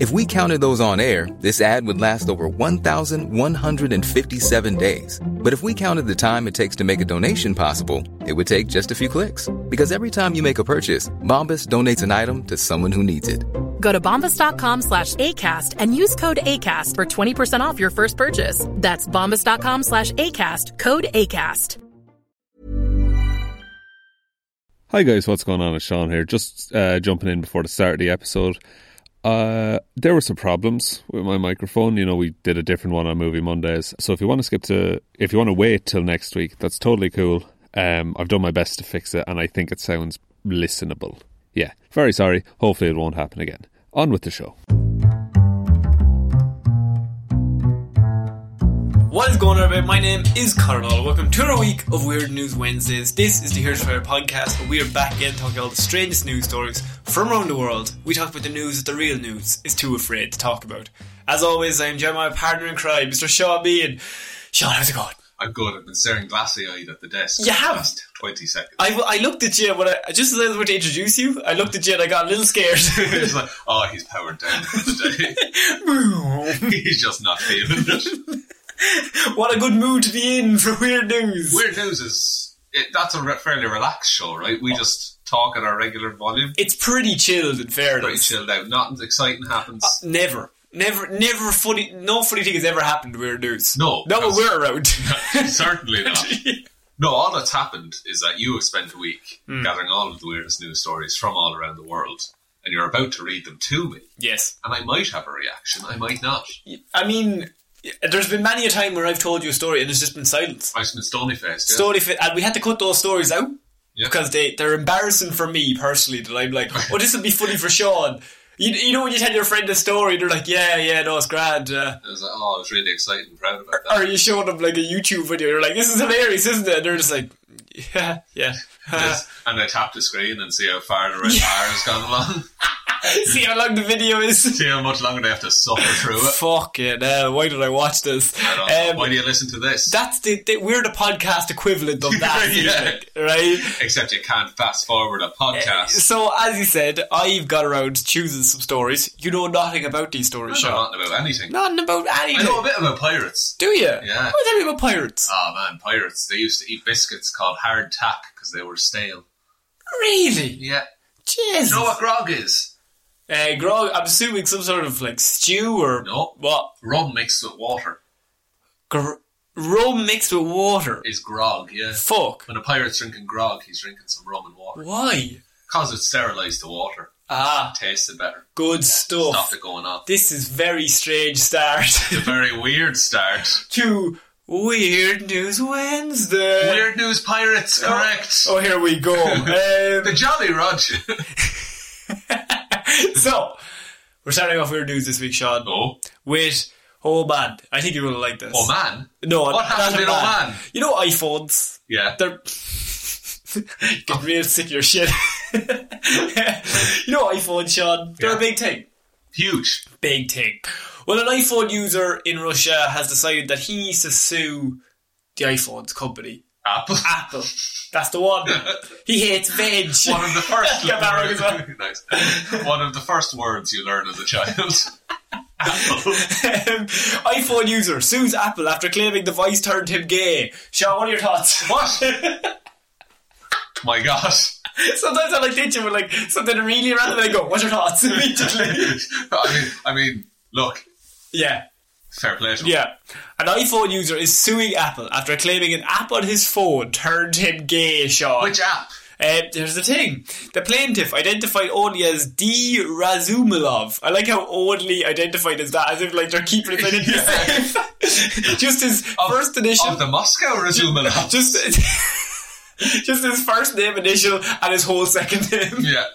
If we counted those on air, this ad would last over 1,157 days. But if we counted the time it takes to make a donation possible, it would take just a few clicks. Because every time you make a purchase, Bombas donates an item to someone who needs it. Go to bombas.com slash ACAST and use code ACAST for 20% off your first purchase. That's bombas.com slash ACAST, code ACAST. Hi guys, what's going on? It's Sean here. Just uh, jumping in before the start of the episode. Uh, there were some problems with my microphone. You know, we did a different one on Movie Mondays. So if you want to skip to, if you want to wait till next week, that's totally cool. Um, I've done my best to fix it, and I think it sounds listenable. Yeah, very sorry. Hopefully, it won't happen again. On with the show. What is going on, everybody? My name is Carnal. Welcome to another week of Weird News Wednesdays. This is the Here's Fire podcast, where we are back again talking all the strangest news stories from around the world. We talk about the news that the real news is too afraid to talk about. As always, I am Jeremiah, partner in crime, Mr. Shaw Bean. Sean, how's it going? I'm good. I've been staring glassy eyed at the desk. You for the have? last twenty seconds. I, I looked at you when I just as I was about to introduce you. I looked at you and I got a little scared. It's like, oh, he's powered down for the day. he's just not feeling it. what a good mood to be in for weird news. Weird news is it, that's a re- fairly relaxed show, right? We just talk at our regular volume. It's pretty chilled, in fairness. Pretty chilled out. Nothing's exciting happens. Never. Never, never funny. No funny thing has ever happened to Weird News. No, not when because- we're around. Certainly not. No, all that's happened is that you have spent a week gathering all of the weirdest news stories from all around the world, and you're about to read them to me. yes, And I might have a reaction. I might not. I mean, there's been many a time where I've told you a story and there's just been silence. I've been stony faced. Yeah. Story, fi- and we had to cut those stories out Yeah. because they they're embarrassing for me personally. That I'm like, oh, this will be funny for Sean. You, you know when you tell your friend a story, they're like, yeah, yeah, no, it's grand. Uh, I was like, oh, I was really excited and proud about that. or you showing them like a YouTube video, you're like, this is hilarious, isn't it? And they're just like, yeah, yeah. Yes. and I tap the screen and see how far the red bar has gone along. See how long the video is. see how much longer they have to suffer through it. Fuck it! hell, why did I watch this? I don't know. Um, Why do you listen to this? that's the, the we're the podcast equivalent of that, Yeah. like, right? Except you can't fast forward a podcast. So as you said, I've got around to choosing some stories. You know nothing about these stories, I'm Sean. not about anything. Nothing about anything. I know a bit about pirates. Do you? Yeah. What tell me about pirates? Oh man, pirates. They used to eat biscuits called hard tack because they were stale. really? Yeah. Jesus. You know what grog is? uh, grog. I'm assuming some sort of like stew or No. what? Rum mixed with water Gr- rum mixed with water. is grog, yeah. Fuck. When a pirate's drinking grog, he's drinking some rum and water. Why? Because it sterilised the water. Ah, Tasted better. good stuff. Stopped it going on. This is very strange start. It's a very weird start. to Weird News Wednesday. Weird News Pirates, correct. Oh, here we go. The Um, Jolly Roger. so, we're starting off Weird News this week, Sean, oh, with Oh man, I think you're gonna like this. Oh man. No, What not happened in Oman. Oman? You know iPhones. Yeah. They're getting real sick of your shit. you know iPhone, Sean. They're a Yeah. big thing. Huge. Big thing. Well, an iPhone user in Russia has decided that he needs to sue the iPhones company. Apple. Apple. That's the one. He hates veg. One of the first Yeah, Barrow as well. Nice. One of the first words you learn as a child. Apple. Um, iPhone user sues Apple after claiming device turned him gay. Sean, what are your thoughts? What? My God. Sometimes I like ditch it with like something really random and I go, what's your thoughts? Immediately. I mean, I mean, look, Yeah. fair play. To him. Yeah. An iPhone user is suing Apple after claiming an app on his phone turned him gay, Sean. Which app? Uh, here's the thing. The plaintiff, identified only as D. Razumilov. I like how only identified as that, as if like they're keeping it identity safe. Just his first initial. Of the Moscow Razumov. app. just, just his first name initial and his whole second name. yeah.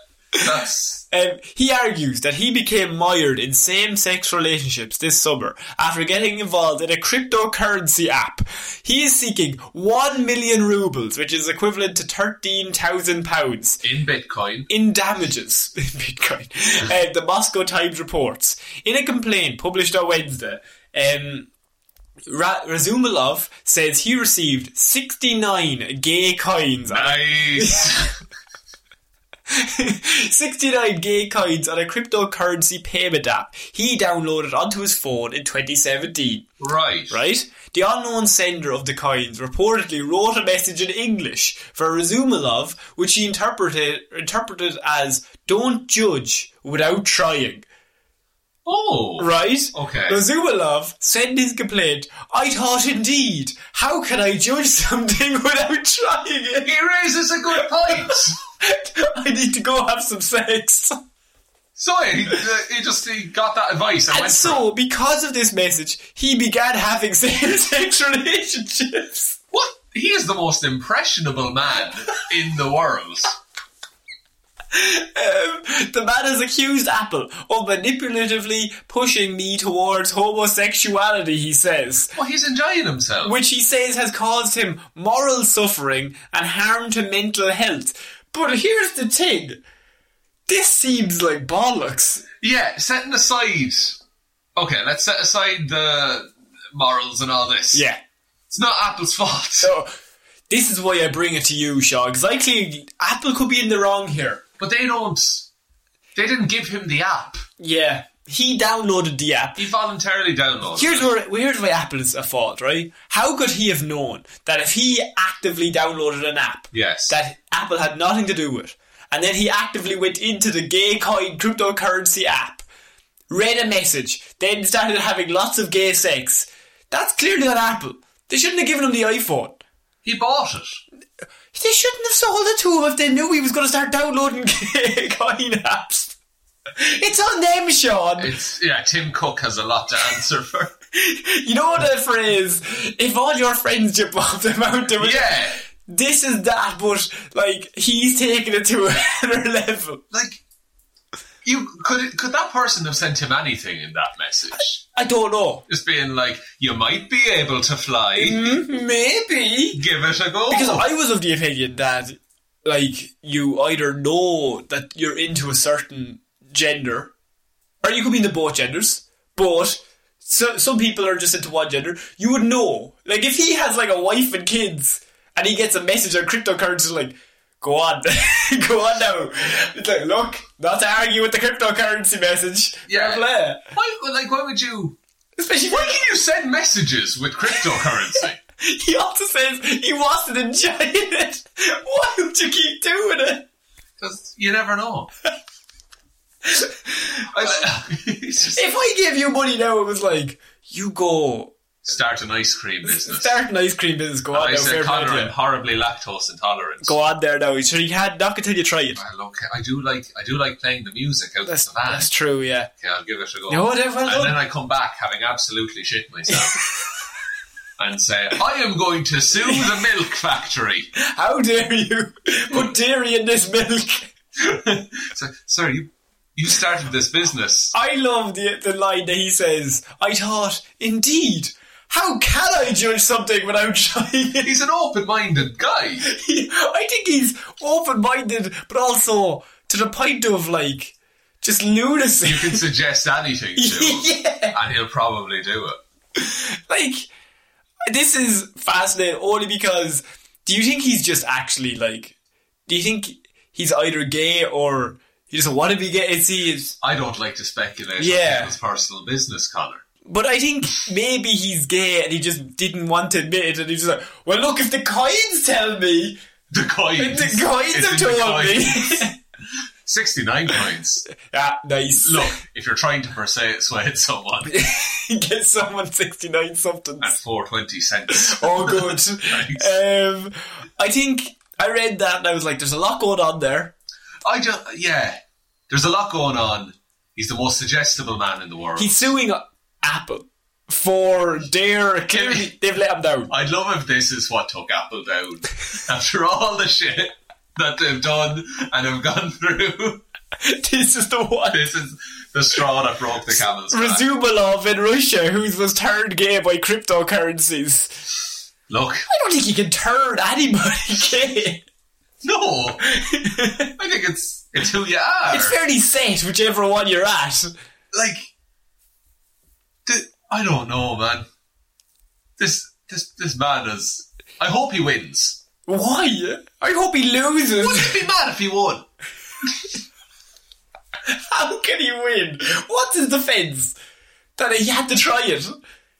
That's Um, he argues that he became mired in same sex relationships this summer after getting involved in a cryptocurrency app. He is seeking 1 million rubles, which is equivalent to 13,000 pounds, in Bitcoin. in damages in Bitcoin. Uh, the Moscow Times reports in a complaint published on Wednesday. Um, Ra- Razumilov says he received 69 gay coins. on a- Nice. 69 gay coins on a cryptocurrency payment app he downloaded onto his phone in 2017 right. right? The unknown sender of the coins reportedly wrote a message in English for Razumilov, which he interpreted interpreted as "Don't judge without trying." Oh. Right? Okay. Razumilov sent his complaint. I thought, indeed, how can I judge something without trying it? He raises a good point. I need to go have some sex. so he, he just he got that advice and, And went so, because of this message, he began having same-sex relationships. What? He is the most impressionable man in the world. The man has accused Apple of manipulatively pushing me towards homosexuality, he says, Well, he's enjoying himself. which he says has caused him moral suffering and harm to mental health. But here's the thing this seems like bollocks. yeah, setting aside. Okay, let's set aside the morals and all this. It's not Apple's fault. So, this is why I bring it to you, Shaw, because I clearly, Apple could be in the wrong here. But they don't. They didn't give him the app. Yeah. He downloaded the app. He voluntarily downloaded. Here's where here's where Apple's at fault, right? How could he have known that if he actively downloaded an app, Yes. that Apple had nothing to do with, and then he actively went into the gay coin cryptocurrency app, read a message, then started having lots of gay sex? That's clearly not Apple. They shouldn't have given him the iPhone. He bought it. They shouldn't have sold it to him if they knew he was going to start downloading gay coin apps. It's on them, Sean. It's yeah. Tim Cook has a lot to answer for. You know the phrase, if all your friends jump off the mountain, with- yeah, this is that, but like he's taking it to another level. like you could could that person have sent him anything in that message? I don't know. Just being like, you might be able to fly. Maybe. Give it a go. Mm-hmm. Because I was of the opinion that like you either know that you're into a certain gender, or you could be into both genders, but so, some people are just into one gender. You would know. Like if he has like a wife and kids and he gets a message on cryptocurrency like Go on, go on now. It's like, look, not to argue with the cryptocurrency message. Yeah. Blah. why, like, why would you? Especially Why can you send messages with cryptocurrency? He also says he wasn't enjoying it. Why would you keep doing it? Because you never know. I, it's just- If I gave you money now, it was like you go start an ice cream business. start an ice cream business. Go on I now, said fair play Connor, to I'm you. horribly lactose intolerant. Go on there now. Sure, you had knock until you try it. Well, look, I do like I do like playing the music out That's of the van. that's true. Yeah. Okay, I'll give it a go. No, then, well and done. then I come back having absolutely shit myself. And say, I am going to sue the milk factory. How dare you put dairy in this milk? So, sir, you You started this business. I love the, the line that he says, I thought, indeed, how can I judge something without trying? He's an open-minded guy. I think he's open minded, but also to the point of like just lunacy. You can suggest anything to him, yeah. and he'll probably do it. Like, this is fascinating only because do you think he's just actually like, do you think he's either gay or he doesn't want to be gay? It's, he's, I don't like to speculate Yeah. on people's personal business, Connor. But I think maybe he's gay and he just didn't want to admit it. And he's like, well, look, if the coins tell me, The if coins. the coins It's have in the told me. coins. 69 coins. ah, nice. Look, if you're trying to persuade someone Get someone 69 something. at 420 cents. Oh, good. Thanks. um, I think I read that and I was like, there's a lot going on there. I just, yeah. There's a lot going on. He's the most suggestible man in the world. He's suing Apple for their. Clearly, they've let him down. I'd love if this is what took Apple down after all the shit that they've done and have gone through. This is the one. This is the straw that broke the camel's back. Razumalov in Russia, who was turned gay by cryptocurrencies. Look, I don't think he can turn anybody gay. no. I think it's it's who you are. It's fairly set, whichever one you're at. like, th- I don't know, man. This this this man is. I hope he wins. Why? I hope he loses. Wouldn't it be mad if he won? How can he win? What's his defense? That he had to try it.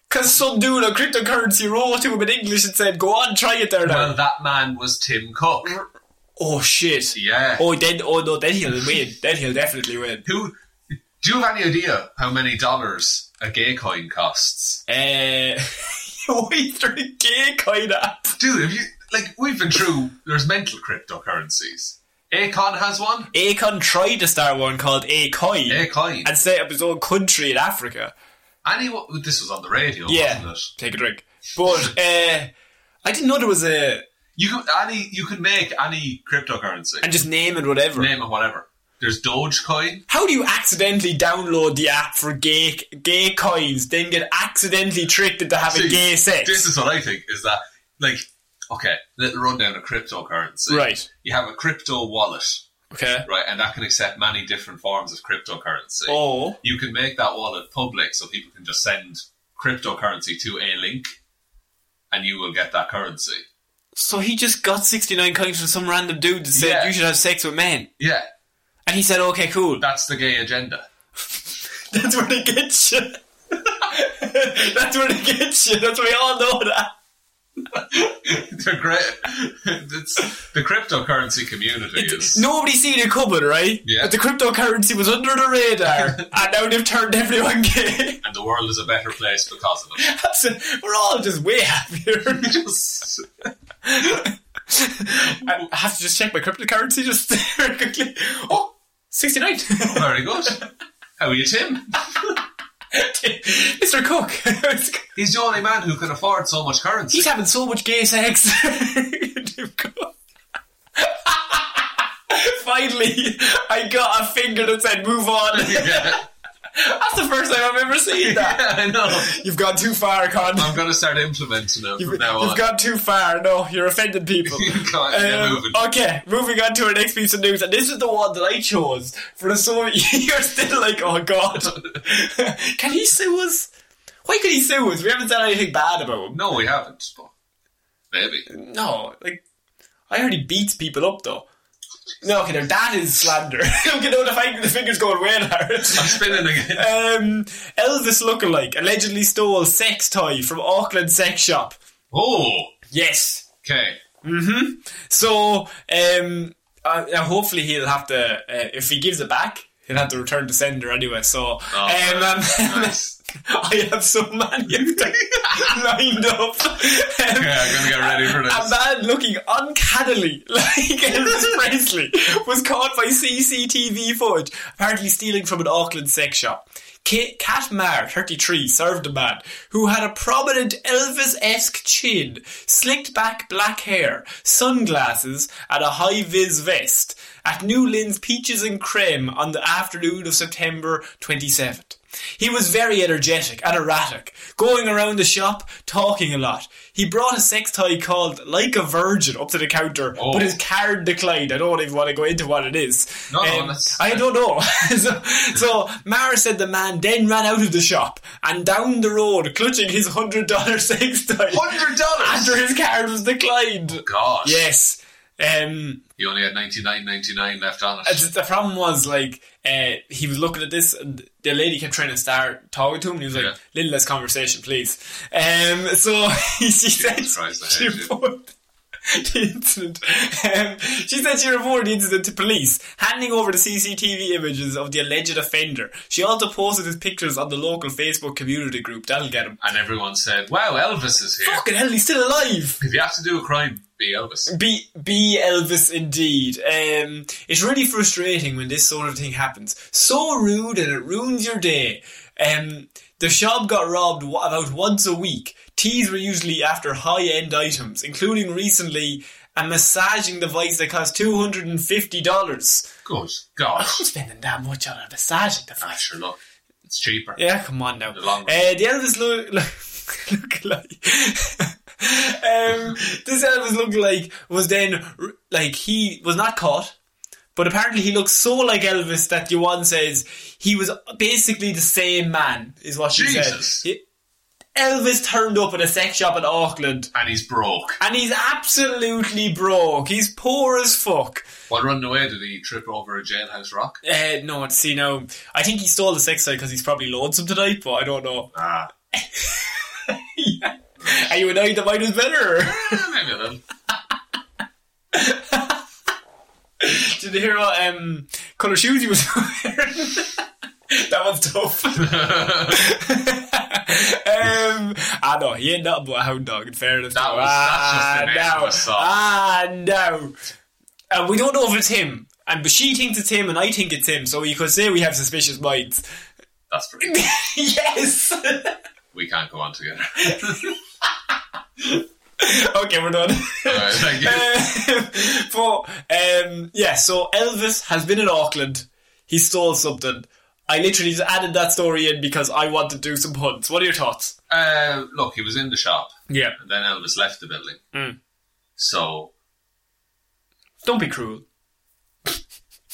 Because some dude on cryptocurrency wrote to him in English and said, go on, try it there now. Well, that man was Tim Cook. oh, shit. Yeah. Oh, then, oh no, then he'll win. then he'll definitely win. Who? Do you have any idea how many dollars a gay coin costs? Uh, why through a gay coin app? Dude, have you like we've been through? There's mental cryptocurrencies. Acon has one. Akon tried to start one called A Coin A coin. and set up his own country in Africa. Anyone? This was on the radio, Yeah. wasn't it? Take a drink. But, uh, I didn't know there was a. You can any you can make any cryptocurrency. And just name it whatever. name it whatever. There's Dogecoin. How do you accidentally download the app for gay gay coins, then get accidentally tricked into having See, gay sex? This is what I think is that like okay, little rundown of cryptocurrency. Right. You have a crypto wallet, okay. right, and that can accept many different forms of cryptocurrency. Oh, You can make that wallet public so people can just send cryptocurrency to a link and you will get that currency. so he just got sixty nine coins from some random dude that said Yeah. you should have sex with men, Yeah. and he said, "Okay, cool." That's the gay agenda. That's where they get you. That's where they get you. That's where we all know that. They're great. it's the cryptocurrency community is Nobody seen it coming, right? Yeah. But the cryptocurrency was under the radar, and now they've turned everyone gay. and the world is a better place because of it. That's it. We're all just way happier. Just- I I have to just check my cryptocurrency just there quickly. Oh, 69. Very good. How are you, Tim? Mr. Cook. He's the only man who can afford so much currency. He's having so much gay sex. Finally, I got a finger that said move on. yeah, That's the first time I've ever seen that. I know. You've gone too far, Con. I'm going to start implementing it You've, from now on. you've gone too far. No, you're offending people. Go on, yeah, Um, moving. okay, moving on to our next piece of news, and this is the one that I chose for the Soviet. You're still like, oh god, can he sue us? Why could he sue us? We haven't said anything bad about him. No, we haven't. but Maybe. No, like I heard he beats people up though. No, okay, now that is slander. okay, no, the, fing- the finger's going way hard. I'm spinning again. Um, Elvis lookalike allegedly stole sex toy from Auckland sex shop. Oh, Yes, okay. So, um, uh, uh, hopefully he'll have to, uh, if he gives it back, he'll have to return the sender anyway. So, um, um, Oh, nice. I have so many of them lined up. Um, Okay, I'm gonna get ready for this. A man looking uncannily like Elvis Presley was caught by CCTV footage, apparently stealing from an Auckland sex shop. K- Kat Marr, 33, served a man who had a prominent Elvis-esque chin, slicked back black hair, sunglasses, and a high-vis vest at New Lynn's Peaches and Creme on the afternoon of September 27th. He was very energetic and erratic, going around the shop talking a lot. He brought a sex toy called Like a Virgin up to the counter, Oh. but his card declined. I don't even want to go into what it is. Um, No, no, that's- I don't know. so, so Mara said the man then ran out of the shop and down the road, clutching his hundred dollar sex toy Hundred dollars. Oh, after his card was declined. God, Yes. Um, You only had ninety nine ninety nine left on it's it. just- the problem was like uh, he was looking at this, and the lady kept trying to start talking to him, and he was like, Yeah. "Little less conversation, please." Um, so she said Christ, I she hate you. reported the incident. Um, she said she reported the incident to police, handing over the CCTV images of the alleged offender. She also posted his pictures on the local Facebook community group. That'll get him. And everyone said, "Wow, Elvis is here." Fucking hell, he's still alive. If you have to do a crime, be Elvis. Be, be Elvis indeed. Um, it's really frustrating when this sort of thing happens. So rude and it ruins your day. Um, the shop got robbed wa- about once a week. Teas were usually after high end items, including recently a massaging device that cost $250. Good God. I'm spending that much on a massaging Ah, device. sure, look, it's cheaper. Yeah, come on now. The long one. Uh, the Elvis look, look, like. um, this Elvis look like was then r- like he was not caught, but apparently he looks so like Elvis that Yuan says he was basically the same man. Is what she Jesus. said. He- Elvis turned up at a sex shop in Auckland. And he's broke. And he's absolutely broke. He's poor as fuck. While running away, did he trip over a jailhouse rock? Uh, no, see now, I think he stole the sex toy because he's probably lonesome tonight, but I don't know. Ah, Are you annoyed that mine was better? eh, maybe a little. Did you hear what um, colour shoes you was wearing? that one's tough. um, I know, he ain't nothing but a hound dog, in fairness. That to him. was- that's just the name of a song. ah, no. Ah, no. Uh, we don't know if it's him. And but she thinks it's him, and I think it's him. So you could say we have suspicious minds. That's pretty good. yes. We can't go on together. okay, we're done. Alright, thank you. Uh, but um, yeah, so Elvis has been in Auckland. He stole something. I literally just added that story in because I want to do some puns. What are your thoughts? Uh, look, he was in the shop, Yeah, and then Elvis left the building. Hmm. So, don't be cruel.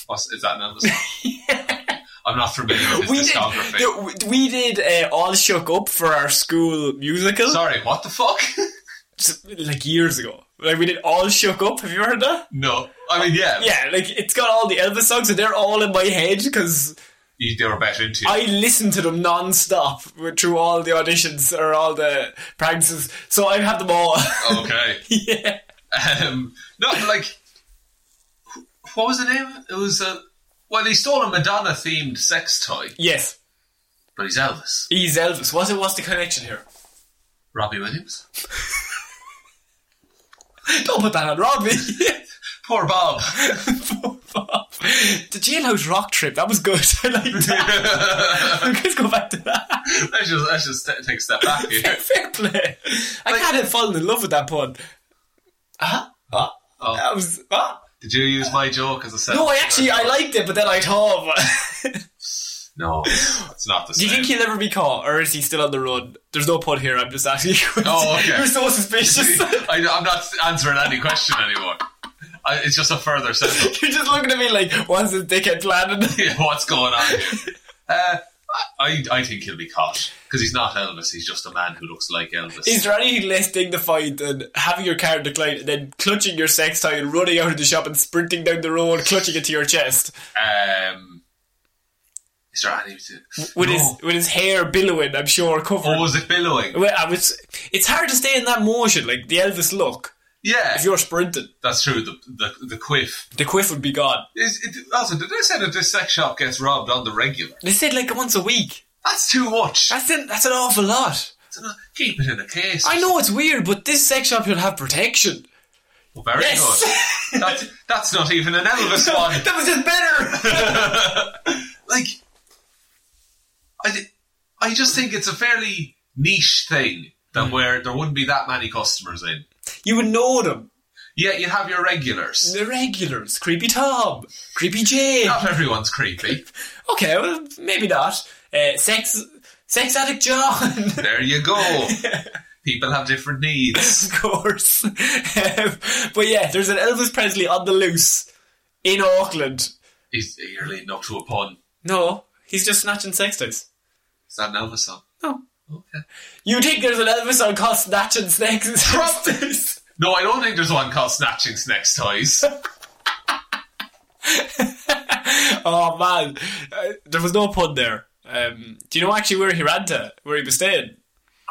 what's, is that an Elvis song? I'm not familiar with his We did. discography. no, We did uh, all shook up for our school musical, Sorry, what the fuck? s- like years ago. Like we did all shook up. Have you heard that? no. I mean, yeah. Yeah, like it's got all the Elvis songs, and they're all in my head because You, they were bet into you. I listened to them non-stop through all the auditions or all the practices, so I have them all. okay. yeah. Um, no, but like, wh- what was the name? It was a. Well, he stole a Madonna themed sex toy, Yes. but he's Elvis. He's Elvis. What's it? What's the connection here? Robbie Williams? Don't put that on Robbie. Poor Bob. Poor Bob. the jailhouse rock trip. That was good. I like that. Let's go back to that. let's just, let's just t- take a step back here. Fair play. I can't have fallen in love with that pun. Huh? Huh? Oh. That was. Huh? Did you use my joke as a setup? No, I actually I liked it, but then I thought. No, it's not the Do same. you think he'll ever be caught, or is he still on the run? There's no pun here. I'm just asking. You questions. Oh, okay. You're so suspicious. I, am not answering any question anymore. I, it's just a further setup. You're just looking at me like, what's this dickhead planning? What's going on here? Uh, I, I think he'll be caught because he's not Elvis. He's just a man who looks like Elvis. Is there anything less dignified than having your card declined and then clutching your sex toy and running out of the shop and sprinting down the road, clutching it to your chest um, is there any? with no. Oh. his with his hair billowing? I'm sure covered. Or was it billowing? Well, I was, it's hard to stay in that motion, like the Elvis look. Yeah, If you're sprinting, that's true. The the, the quiff. the quiff would be gone. Is it, also, did they say that this sex shop gets robbed on the regular? They said like once a week. That's too much. That's an, that's an awful lot. That's enough. Keep it in a case. I know it's weird, but this sex shop should have protection. Well, very Yes. good. That's, that's not even an Elvis one. That was just better. Like, I, thi- I just think it's a fairly niche thing Hmm. that where there wouldn't be that many customers in. You would know them. Yeah, you have your regulars. The regulars. Creepy Tom. Creepy Jane. Not everyone's creepy. Okay, well, maybe not. Uh, sex, sex addict John. There you go. People have different needs. of course. Um, but yeah, there's an Elvis Presley on the loose in Auckland. He's, you're leading up to a pun. No, he's just snatching sex toys. Is that an Elvis song? No. Okay. You think there's an Elvis on called snatching sex sex toys? No, I don't think there's one called Snatching Snacks Toys. Oh man, uh, there was no pun there. Um, do you know actually where he ran to? Where he was staying?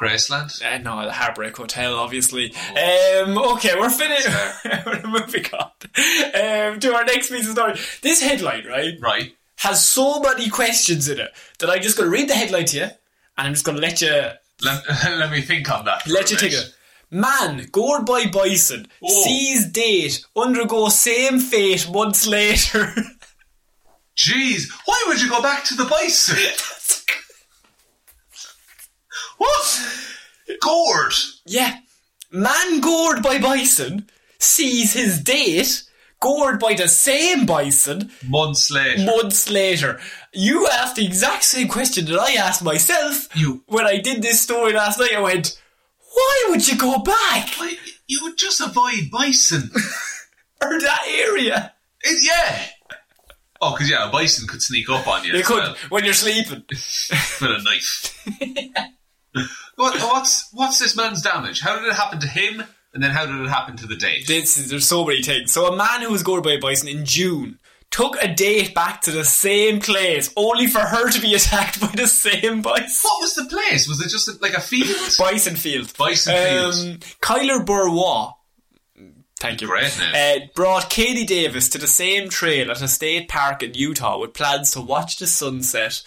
Graceland? Uh, no, the Heartbreak Hotel, obviously. Um, okay, we're finished. we're moving on um, to our next piece of story. This headline, right, Right. has so many questions in it that I'm just going to read the headline to you, and I'm just going to let you Let, let me think on that. for let you a take bit. it. Man gored by bison Oh. sees date undergo same fate months later. Jeez, why would you go back to the bison? what? Gourd. yeah, man gored by bison sees his date gored by the same bison Months later. months later. You asked the exact same question that I asked myself You- when I did this story last night. I went, "Why would you go back Why- you would just avoid bison. or that area?" It- yeah. Oh, because yeah, a bison could sneak up on you. They as could well when you're sleeping. with a knife. what, what's what's this man's damage? How did it happen to him? And then how did it happen to the date? This is- there's so many things. So a man who was gored by a bison in June took a date back to the same place, only for her to be attacked by the same bison. What was the place? Was it just like a field? Bison field. Bison Um, Kyler Burrois. Thank you. Great name. Uh, brought Katie Davis to the same trail at a state park in Utah with plans to watch the sunset.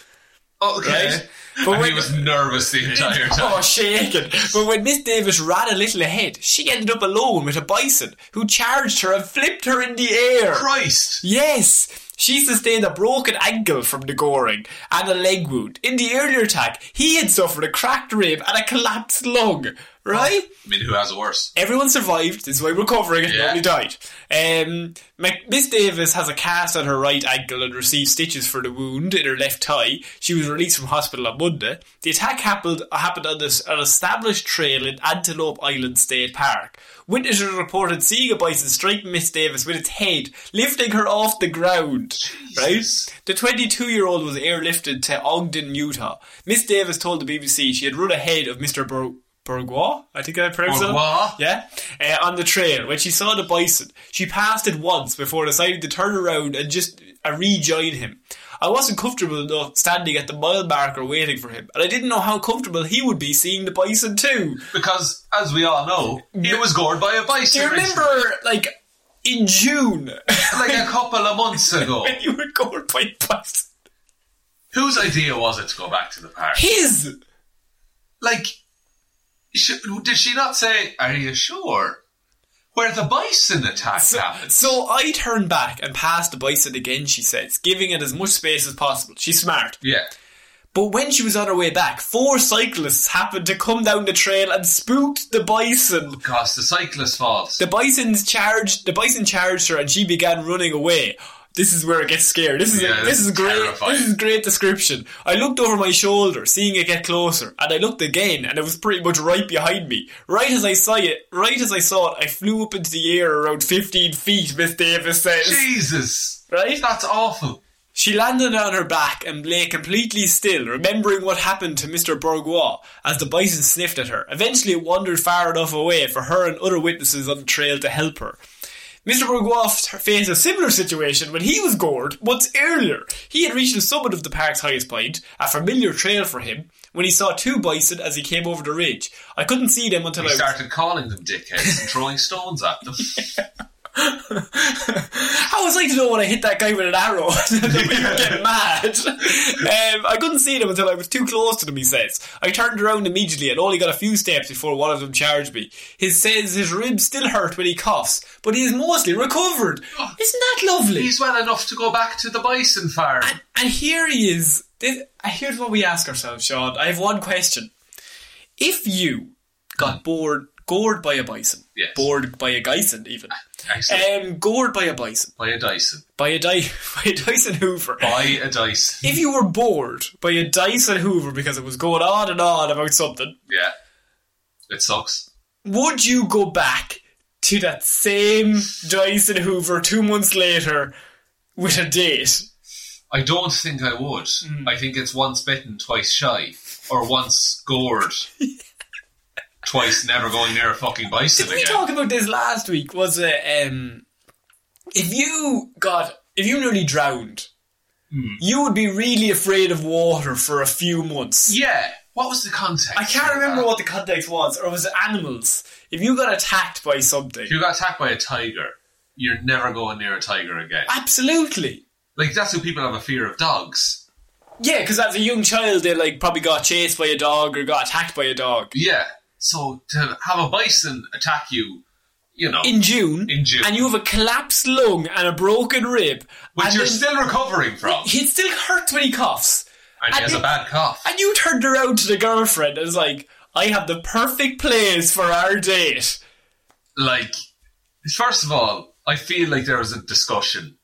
Oh, okay. right? But But when- he was nervous the entire time. Oh, shaken. But when Miss Davis ran a little ahead, she ended up alone with a bison who charged her and flipped her in the air. Christ! Yes! She sustained a broken ankle from the goring and a leg wound. In the earlier attack, he had suffered a cracked rib and a collapsed lung. Right? I mean, who has it worse? Everyone survived, this is why we're covering it, Yeah. nobody died. Um, Mac- Miss Davis has a cast on her right ankle and received stitches for the wound in her left thigh. She was released from hospital on Monday. The attack happened, happened on this, an established trail in Antelope Island State Park. Witnesses reported seeing a bison strike Miss Davis with its head, lifting her off the ground. Jesus. Right? The 22 year old was airlifted to Ogden, Utah. Miss Davis told the BBC she had run ahead of Mr. Bur- Bourgeois, I think I pronounced it. Bourgeois? Yeah, uh, on the trail when she saw the bison, she passed it once before deciding to turn around and just uh, rejoin him. I wasn't comfortable enough standing at the mile marker waiting for him, and I didn't know how comfortable he would be seeing the bison too. Because, as we all know, he was gored by a Do bison. you remember, like in June, Like a couple of months ago. when you were going by bison? Whose idea was it to go back to the park? His Like, sh- did she not say, Are you sure? Where the bison attack happened. So I turned back and passed the bison again, she says, giving it as much space as possible. She's smart. yeah. But when she was on her way back, four cyclists happened to come down the trail and spooked the bison. Because the cyclist's fault. The bison's charged the bison charged her and she began running away. This is where it gets scared. This is Yeah, this is that's great. terrifying. This is great description. I looked over my shoulder, seeing it get closer, and I looked again, and it was pretty much right behind me. Right as I saw it, right as I saw it, I flew up into the air around fifteen feet. Miss Davis says. Jesus! Right? That's awful. She landed on her back and lay completely still, remembering what happened to Mr. Bourgeois as the bison sniffed at her. Eventually, it wandered far enough away for her and other witnesses on the trail to help her. Mr. Bourgeois f- faced a similar situation when he was gored months earlier. He had reached the summit of the park's highest point, a familiar trail for him, when he saw two bison as he came over the ridge. I couldn't see them until He I was. started calling them dickheads and throwing stones at them. How is like to know when I hit that guy with an arrow. that we would get mad. Um, I couldn't see them until I was too close to them, he says. I turned around immediately and only got a few steps before one of them charged me. He says his ribs still hurt when he coughs, but he is mostly recovered. Isn't that lovely? Oh. He's well enough to go back to the bison farm. And here he is. This, here's what we ask ourselves, Sean. I have one question. If you got bored, gored by a bison, Yes. bored by a bison, even, Excellent. um, gored by a bison, Buy a Dyson. by a, di- by a Dyson Hoover, Buy a Dyson. if you were bored by a Dyson Hoover because it was going on and on about something, Yeah. It sucks. would you go back to that same Dyson Hoover two months later with a date? I don't think I would. Mm. I think it's once bitten, twice shy. Or once gored, twice never going near a fucking bison Did we again. talk about this last week? Was it um, if you got if you nearly drowned, you would be really afraid of water for a few months. yeah. What was the context? I can't for remember that? what the context was, or was it animals? If you got attacked by something, If you got attacked by a tiger, you're never going near a tiger again. absolutely. Like, that's who people have a fear of dogs. Yeah, because as a young child, they like probably got chased by a dog or got attacked by a dog Yeah. So to have a bison attack you, you know, in June. In June. and you have a collapsed lung and a broken rib, which and you're then- still recovering from, It still hurts when he coughs. and he and has you- a bad cough. And you turned around to the girlfriend and was like, I have the perfect place for our date. like first of all, I feel like there was a discussion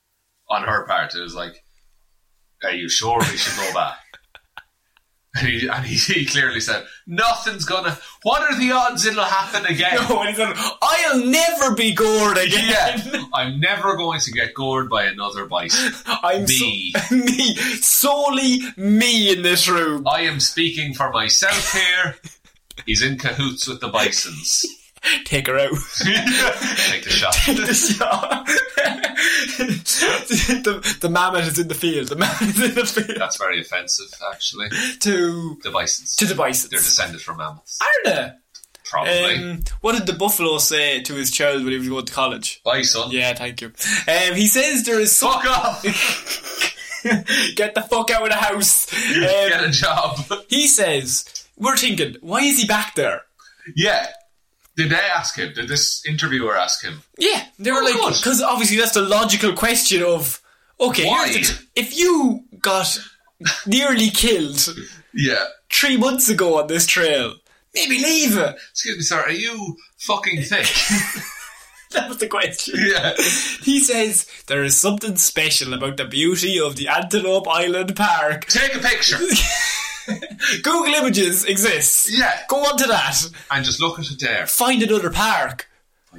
on her part. It was like, "Are you sure we should go back?" and he, and he, he clearly said, "Nothing's gonna. What are the odds it'll happen again?" No, and he's like, I'll never be gored again. Yeah, I'm never going to get gored by another bison. I'm Me. So- me. Solely me in this room. I am speaking for myself here. He's in cahoots with the bisons. Take her out. Take the shot. the, the mammoth is in the field. The mammoth is in the field. That's very offensive, actually. To, The bisons. to the bison. They're descended from mammoths. Are they? Probably. Um, what did the buffalo say to his child when he was going to college? Bison. Yeah, Um, thank you. Um, he says there is so- Fuck off! Get the fuck out of the house. Get Um, a job. he says, we're thinking, why is he back there? yeah. Did they ask him? Did this interviewer ask him? Yeah, they were Oh, like, God. because obviously that's the logical question of, okay, Why? here's the- if you got nearly killed Yeah. three months ago on this trail, maybe leave it. Excuse me, sir. Are you fucking thick? That was the question. yeah. He says, there is something special about the beauty of the Antelope Island Park. Take a picture Google Images exists. Yeah. Go on to that. and just look at it there. find another park.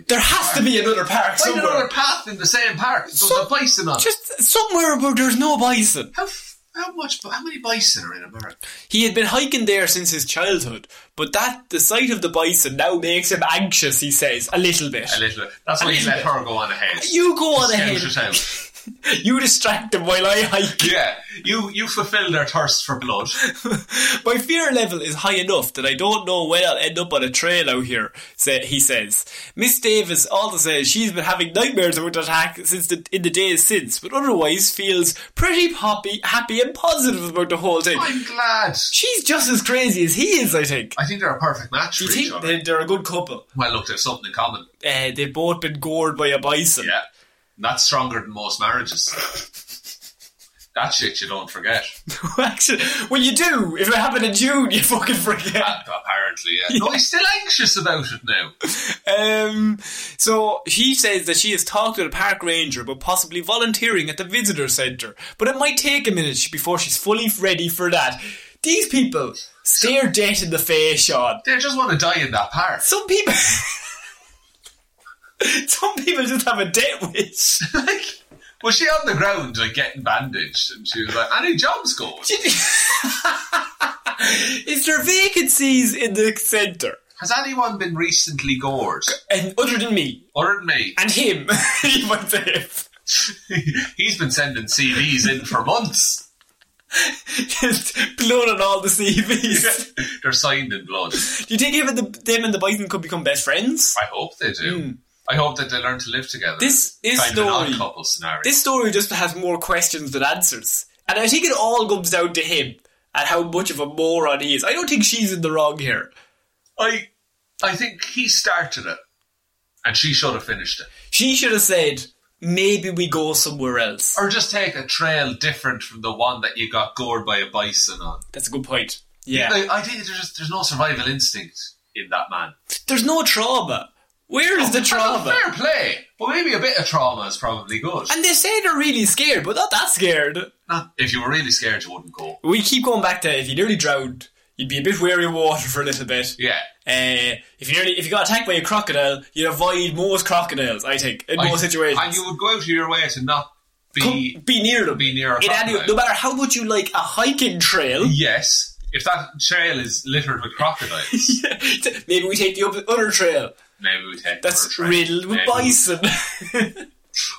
There has to be another park Find somewhere. another path in the same park. There's Some- a bison on. it. Just somewhere where there's no bison. how f- how much? How many bison are in America? He had been hiking there since his childhood, but that the sight of the bison now makes him anxious. He says a little bit. A little. That's A why he little let bit. her go on ahead. You go on Scout ahead. it out. You distract him while I hike. Yeah, you you fulfill their thirst for blood. My fear level is high enough that I don't know when I'll end up on a trail out here, say, he says. Miss Davis also says she's been having nightmares about the attack since the, in the days since, but otherwise feels pretty happy, happy and positive about the whole thing. I'm glad. She's just as crazy as he is, I think. I think they're a perfect match Do for you each think other. they, they're a good couple? Well, look, there's something in common. Uh, they've both been gored by a bison. Yeah. That's stronger than most marriages. that shit you don't forget. Actually, well, you do. If it happened in June, you fucking forget. Apparently, yeah. No, he's still anxious about it now. Um, so she says that she has talked with a park ranger about possibly volunteering at the visitor centre, but it might take a minute sh- before she's fully ready for that. These people stare death in the face, Sean. They just want to die in that park. Some people. Some people just have a death wish. like, was she on the ground, like, getting bandaged? And she was like, any jobs going? Is there vacancies in the centre? Has anyone been recently gored? And other than me Other than me. and him, he might say. he's been sending CVs in for months. Just blood on all the CVs. They're signed in blood. Do you think even the, them and the bison could become best friends? I hope they do. I hope that they learn to live together. Hmm. This is kind of an story- odd couple scenario. This story just has more questions than answers. And I think it all comes down to him and how much of a moron he is. I don't think she's in the wrong here. I I think he started it, and she should have finished it, She should have said, maybe we go somewhere else. or just take a trail different from the one that you got gored by a bison on. That's a good point. Yeah. Like, I think there's just, there's no survival instinct in that man. There's no trauma. Where is the trauma? Fair play, but maybe a bit of trauma is probably good. And they say they're really scared, but not that scared. Not, if you were really scared, you wouldn't go. We keep going back to if you nearly drowned, you'd be a bit wary of water for a little bit. Yeah, Uh, if you nearly, if you got attacked by a crocodile, you'd avoid most crocodiles, I think, in I- most situations. and you would go out of your way to not be. Come- be near them. be near a In any- crocodile. Mm. No matter how much you like a hiking trail, yes, if that trail is littered with crocodiles, maybe we take the oth- other trail maybe we take. another that's trail. riddled with Maybe- bison.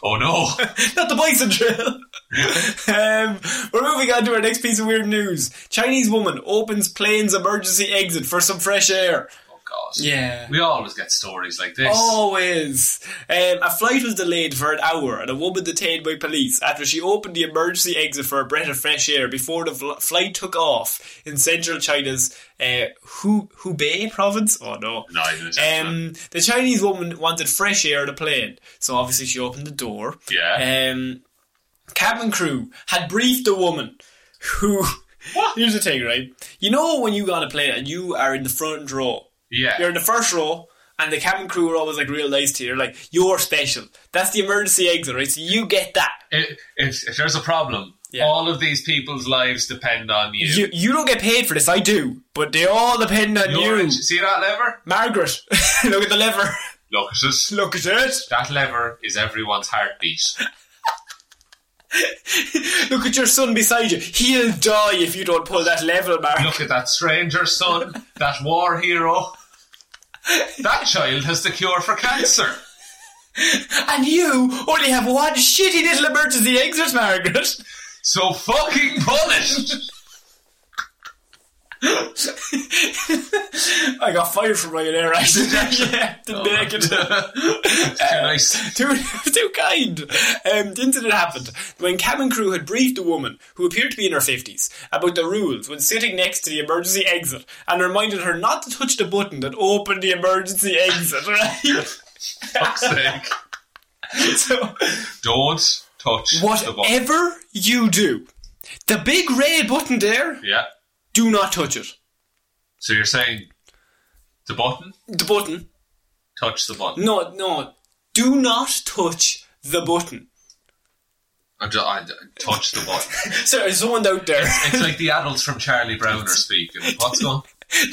Oh no! Not the bison trail. um, we're moving on to our next piece of weird news. Chinese woman opens plane's emergency exit for some fresh air. Oh god! Yeah. we always get stories like this. Oh, Always. Um, a flight was delayed for an hour and a woman detained by police after she opened the emergency exit for a breath of fresh air before the fl- flight took off in central China's uh, Hu- Hubei province. Oh no. No, I didn't say Um, the Chinese woman wanted fresh air on the plane, so obviously she opened the door. Yeah. Um, cabin crew had briefed the woman who. Here's the thing, right? You know when you go on a plane and you are in the front row, yeah, you're in the first row, and the cabin crew are always like real nice to you. They're like, "You're special." That's the emergency exit, right? So you get that. if, if, if there's a problem, Yeah. all of these people's lives depend on you. You you don't get paid for this. I do, but they all depend on You're you. in- see that lever? Margaret, look at the lever. Look at us. Look at it. That lever is everyone's heartbeat. Look at your son beside you. He'll die if you don't pull that level, Mark. Look at that stranger son, that war hero. That child has the cure for cancer. And you only have one shitty little emergency exit, Margaret. So fucking punished. I got fired from Ryanair, actually. yeah, Oh, didn't make it. Too nice. too, too kind. Um, the incident happened when cabin crew had briefed a woman, who appeared to be in her 50s, about the rules when sitting next to the emergency exit and reminded her not to touch the button that opened the emergency exit, right? Fuck's sake. so, Don't touch the button. whatever you do, the big red button there, Yeah. do not touch it. So you're saying the button? The button. Touch the button. No, no. Do not touch the button. I, ju- I, I touch the button. So, there's someone out there. It's like the adults from Charlie Brown are speaking. What's going?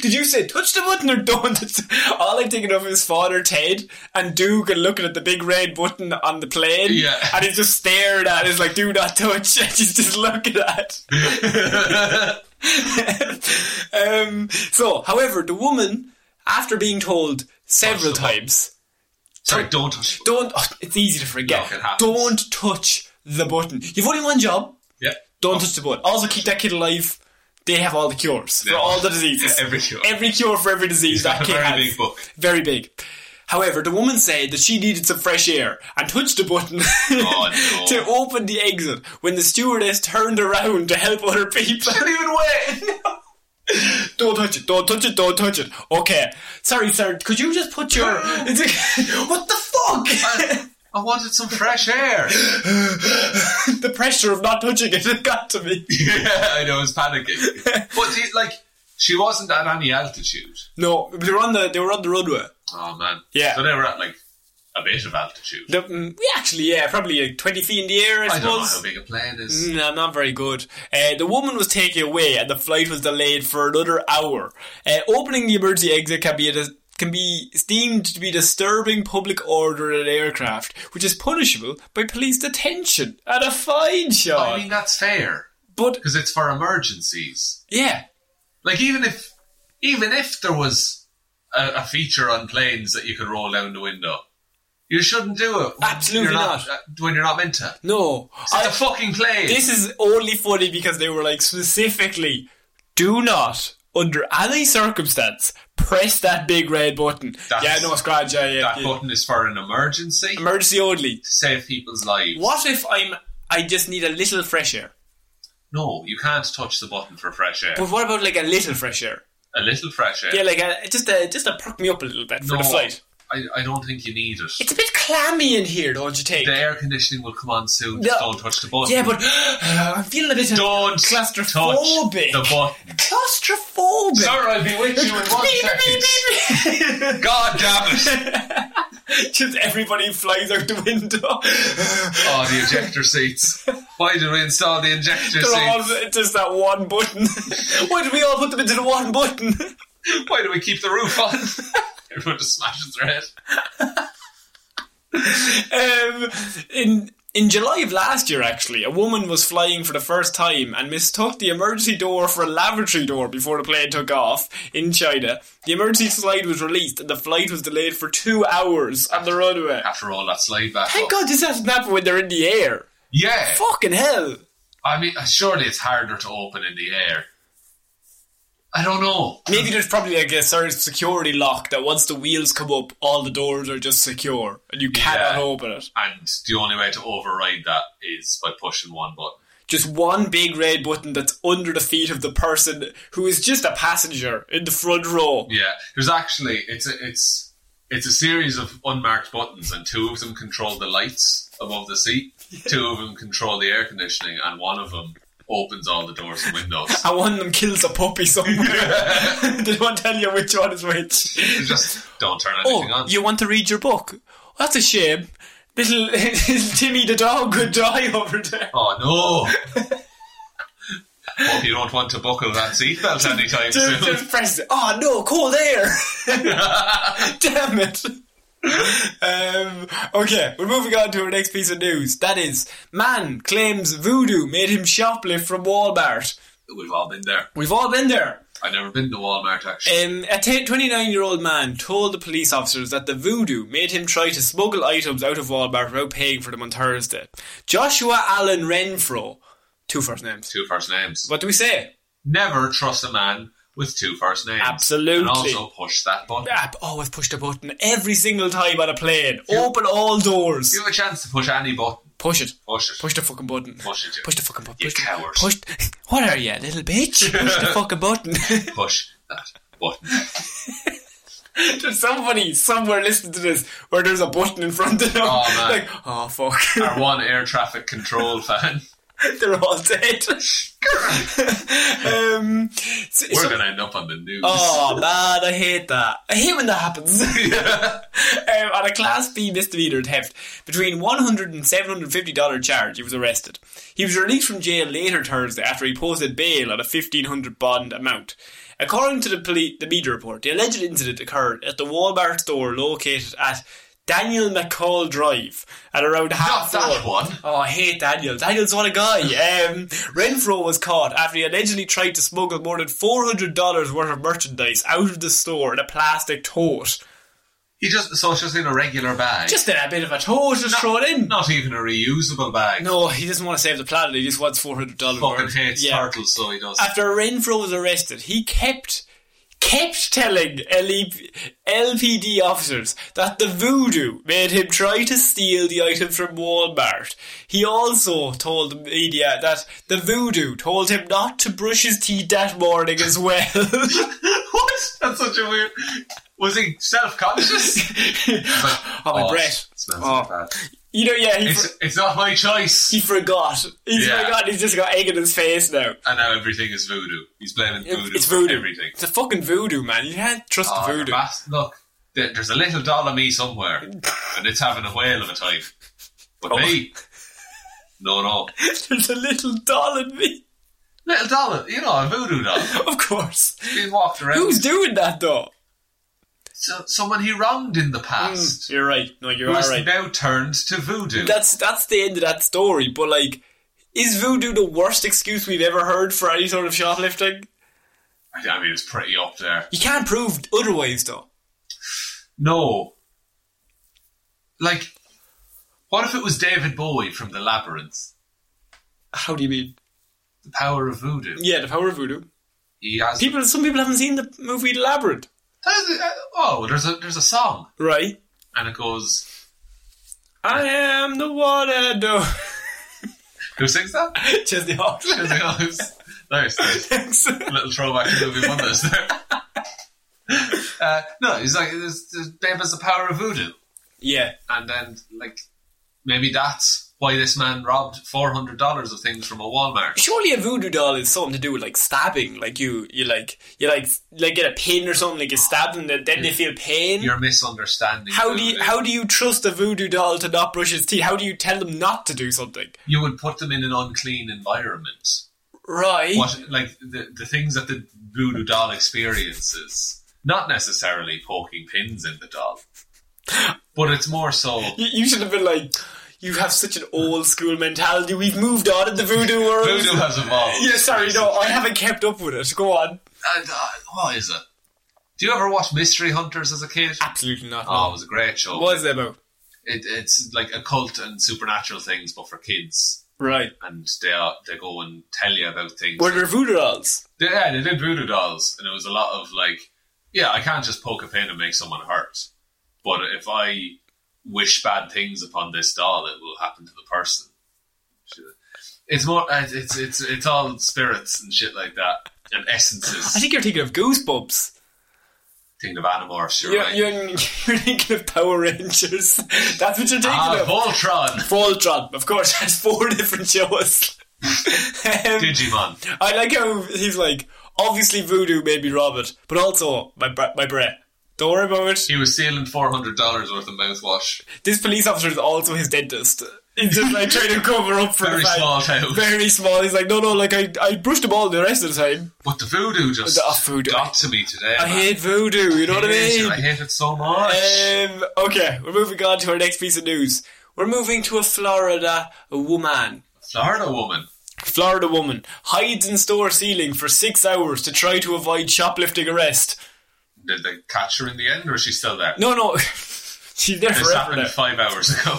Did you say touch the button or don't? All I'm thinking of is Father Ted and Duke and looking at the big red button on the plane. Yeah. And he's just staring at it. It's like, do not touch. And he's just looking at it. um, so, however, the woman, after being told several Touch the button. times, Sorry, don't touch. the button. don't, oh, it's easy to forget, Look, it happens. don't touch the button. You've only one job. Yeah. Don't touch the button. Also, keep that kid alive. They have all the cures for Yeah. all the diseases. Every cure. Every cure for every disease got that a kid very has. big book. Very big. However, the woman said that she needed some fresh air and touched the button Oh, no. to open the exit when the stewardess turned around to help other people. Don't even wait. don't touch it, don't touch it, don't touch it. Okay. Sorry, sir, could you just put your. It's like, what the fuck? I, I wanted some fresh air. the pressure of not touching it got to me. yeah, I know. I was panicking. But see, like, she wasn't at any altitude. No, they were on the, they were on the runway. Oh man. Yeah. So they were at like a bit of altitude. The, mm, we actually, yeah, probably like 20 feet in the air, I, I don't know suppose. how big a plane is. No, not very good. Uh, the woman was taken away, and the flight was delayed for another hour. Uh, opening the emergency exit can be a, can be deemed to be disturbing public order in an aircraft, which is punishable by police detention and a fine, Sean. I mean, that's fair but because it's for emergencies. yeah, Like, even if, even if there was a, a feature on planes that you could roll down the window, you shouldn't do it. when Absolutely you're not. uh, When you're not meant to. no, It's I- a fucking plane. this is only funny because they were like specifically, do not under any circumstance press that big red button. That's- yeah, no, scratch. Yeah, yeah. That yeah. button is for an emergency to Emergency only. save people's lives. What if I'm? I just need a little fresh air. No, you can't touch the button for fresh air. But what about like a little fresh air? a little fresh air. Yeah, like a, just a, just to perk me up a little bit for no, the flight. I, I don't think you need it. It's a bit clammy in here, don't you think? The air conditioning will come on soon. Just No. don't touch the button. Yeah, but I'm feeling a bit don't claustrophobic. touch the button. claustrophobic. Sir, I'll be with you in one Beep, second. beep, beep, beep. God damn it! Just everybody flies out the window. Oh, the ejector seats. Why did we install the ejector They're all seats? it's just that one button. Why did we all put them into the one button? Why do we keep the roof on? Everyone just smashes their head. Um, in in July of last year, actually, a woman was flying for the first time and mistook the emergency door for a lavatory door before the plane took off in China. The emergency slide was released, and the flight was delayed for two hours on the runway. After all, that slide back. Thank up. God this doesn't happen when they're in the air. Yeah. Fucking hell. I mean, uh, surely it's harder to open in the air. I don't know. Maybe there's probably like a certain security lock that once the wheels come up, all the doors are just secure and you cannot Yeah. open it. And the only way to override that is by pushing one button. Just one big red button that's under the feet of the person who is just a passenger in the front row. Yeah, there's actually it's a, it's it's a series of unmarked buttons, and two of them control the lights above the seat, two of them control the air conditioning, and one of them opens all the doors and windows. And one of them kills a puppy somewhere. they don't tell you which one is which. You just don't turn anything Oh, on. you want to read your book? That's a shame. Little Timmy the dog would die over there. oh no! Hope you don't want to buckle that seatbelt anytime Just- soon. just press it. Oh no, cold air! Damn it! Um, okay, we're moving on to our next piece of news. That is, man claims voodoo made him shoplift from Walmart. We've all been there. We've all been there. I've never been to Walmart actually. Um, a 29 year old man told the police officers that the voodoo made him try to smuggle items out of Walmart without paying for them on Thursday. Joshua Allen Renfro, two first names. Two first names. What do we say? Never trust a man with two first names. Absolutely. And also push that button. app always push the button every single time on a plane. Open all doors. Give you have a chance to push any button. Push it. Push it. Push the fucking button. Push it, you- Push the fucking button. you push, the- coward. Push. What are you, little bitch? Push the fucking button. push that button. there's somebody somewhere listening to this where there's a button in front of them. Oh, man. Like, oh fuck, Our one air traffic control fan. they're all dead. um, so- We're so- going to end up on the news. Oh man, I hate that. I hate when that happens. um, on a Class B misdemeanor theft, between $100 and $750 charge, he was arrested. He was released from jail later Thursday after he posted bail on a 1500 bond amount. According to the, poli- the media report, the alleged incident occurred at the Walmart store located at Daniel McCall Drive at around half Not that four. one. Oh, I hate Daniel. Daniel's what a guy. Um, Renfro was caught after he allegedly tried to smuggle more than four hundred dollars worth of merchandise out of the store in a plastic tote. He just, so it's just in a regular bag. Just in a bit of a tote, just throw it in. Not even a reusable bag. No, he doesn't want to save the planet. He just wants four hundred dollars. Fucking hates turtles, so he does. After Renfro was arrested, he kept kept telling E LE- LPD officers that the voodoo made him try to steal the item from Walmart. He also told the media that the voodoo told him not to brush his teeth that morning as well. what? That's such a weird. Was he self conscious? oh, my breath. Smells Oh. like that. You know, yeah, he, It's, for- it's not my choice. he forgot. He's Yeah. forgot. He's just got egg in his face now. and now everything is voodoo. He's blaming It- voodoo. it's for voodoo. Everything. It's a fucking voodoo, man. You can't trust Oh, the you're voodoo. bas- look, there- there's a little doll of me somewhere, and it's having a whale of a time. But Oh. me, no, no, There's a little doll in me. little doll, you know, a voodoo doll. Of course. Being walked around. Who's doing that though? So- someone he wronged in the past, Hmm, You're right. No, you who are has right. now turned to voodoo. That's that's the end of that story. But like, is voodoo the worst excuse we've ever heard for any sort of shoplifting? I I mean, it's pretty up there. You can't prove otherwise, though. No, like, what if it was David Bowie from The Labyrinth, How do you mean? The Power of Voodoo? Yeah, the power of voodoo. He has People, some people haven't seen the movie Labyrinth. That is, uh, oh, there's a there's a song, Right. and it goes. I am the water door. Who sings that? Chesney Hawks. She was like, oh, it's- nice, nice. Thanks. little throwback to movie Mondays there. uh, no, it's like there's, there's, Babe has the power of voodoo, Yeah. and then like maybe that's why this man robbed four hundred dollars of things from a Walmart. Surely a voodoo doll is something to do with like stabbing. Like you, you like, you like, like get a pin or something. Like you stab them, then then they feel pain. You're misunderstanding. how do you, voodoo. how do you trust a voodoo doll to not brush its teeth? How do you tell them not to do something? you would put them in an unclean environment? Right. What like the the things that the voodoo doll experiences? Not necessarily poking pins in the doll, but it's more so. You, you should have been like, you have such an old school mentality. We've moved on in the voodoo world. Voodoo has evolved. Yeah, sorry, no, I haven't kept up with it. Go on. And, uh, what is it? Do you ever watch Mystery Hunters as a kid? Absolutely not. Oh, it was a great show. Ah. What is it about? It, it's like occult and supernatural things, but for kids. Right. And they are, they go and tell you about things. Were there voodoo dolls? They- yeah, they did voodoo dolls, and it was a lot of like, yeah, I can't just poke a pin and make someone hurt, but if I wish bad things upon this doll, it will happen to the person. It's more, uh, it's it's it's all spirits and shit like that, and essences. I think you're thinking of Goosebumps. Thinking of Animorphs, you're You're, right. you're, you're thinking of Power Rangers. That's what you're thinking Ah, of. Voltron, Voltron, of course, has four different shows. Um, Digimon. I like how he's like, obviously voodoo made me rob it, but also my bre- my breath. Don't worry about it. He was stealing four hundred dollars worth of mouthwash. This police officer is also his dentist. He's just like trying to cover up for Very the fact- small town. Very small. He's like, no, no, like I, I brushed them all the rest of the time. But the voodoo just The- oh, voodoo. got to me today. I man. hate voodoo. You know what I hate mean? it. I hate it so much. Um, okay, we're moving on to our next piece of news. We're moving to a Florida woman. Florida woman. Florida woman hides in store ceiling for six hours to try to avoid shoplifting arrest. Did they catch her in the end, or is she still there? No, no, she's there this forever. happened now. five hours ago.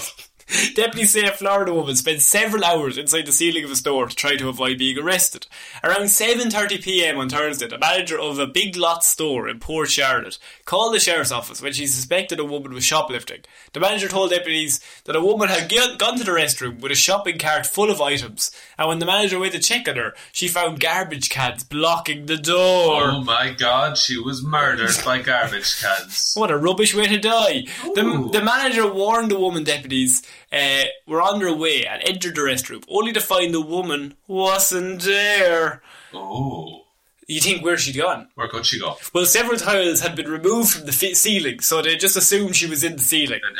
Deputies say a Florida woman spent several hours inside the ceiling of a store to try to avoid being arrested. Around 7.30pm on Thursday, the manager of a Big Lots store in Port Charlotte called the sheriff's office when she suspected a woman was shoplifting. The manager told deputies that a woman had g- gone to the restroom with a shopping cart full of items, and when the manager went to check on her, she found garbage cans blocking the door. oh my god, she was murdered by garbage cans. What a rubbish way to die. The, the manager warned the woman deputies uh, were on their way and entered the restroom, only to find the woman wasn't there. Oh, You think where's she gone? where could she go? Well, several tiles had been removed from the fi- ceiling, so they just assumed she was in the ceiling. An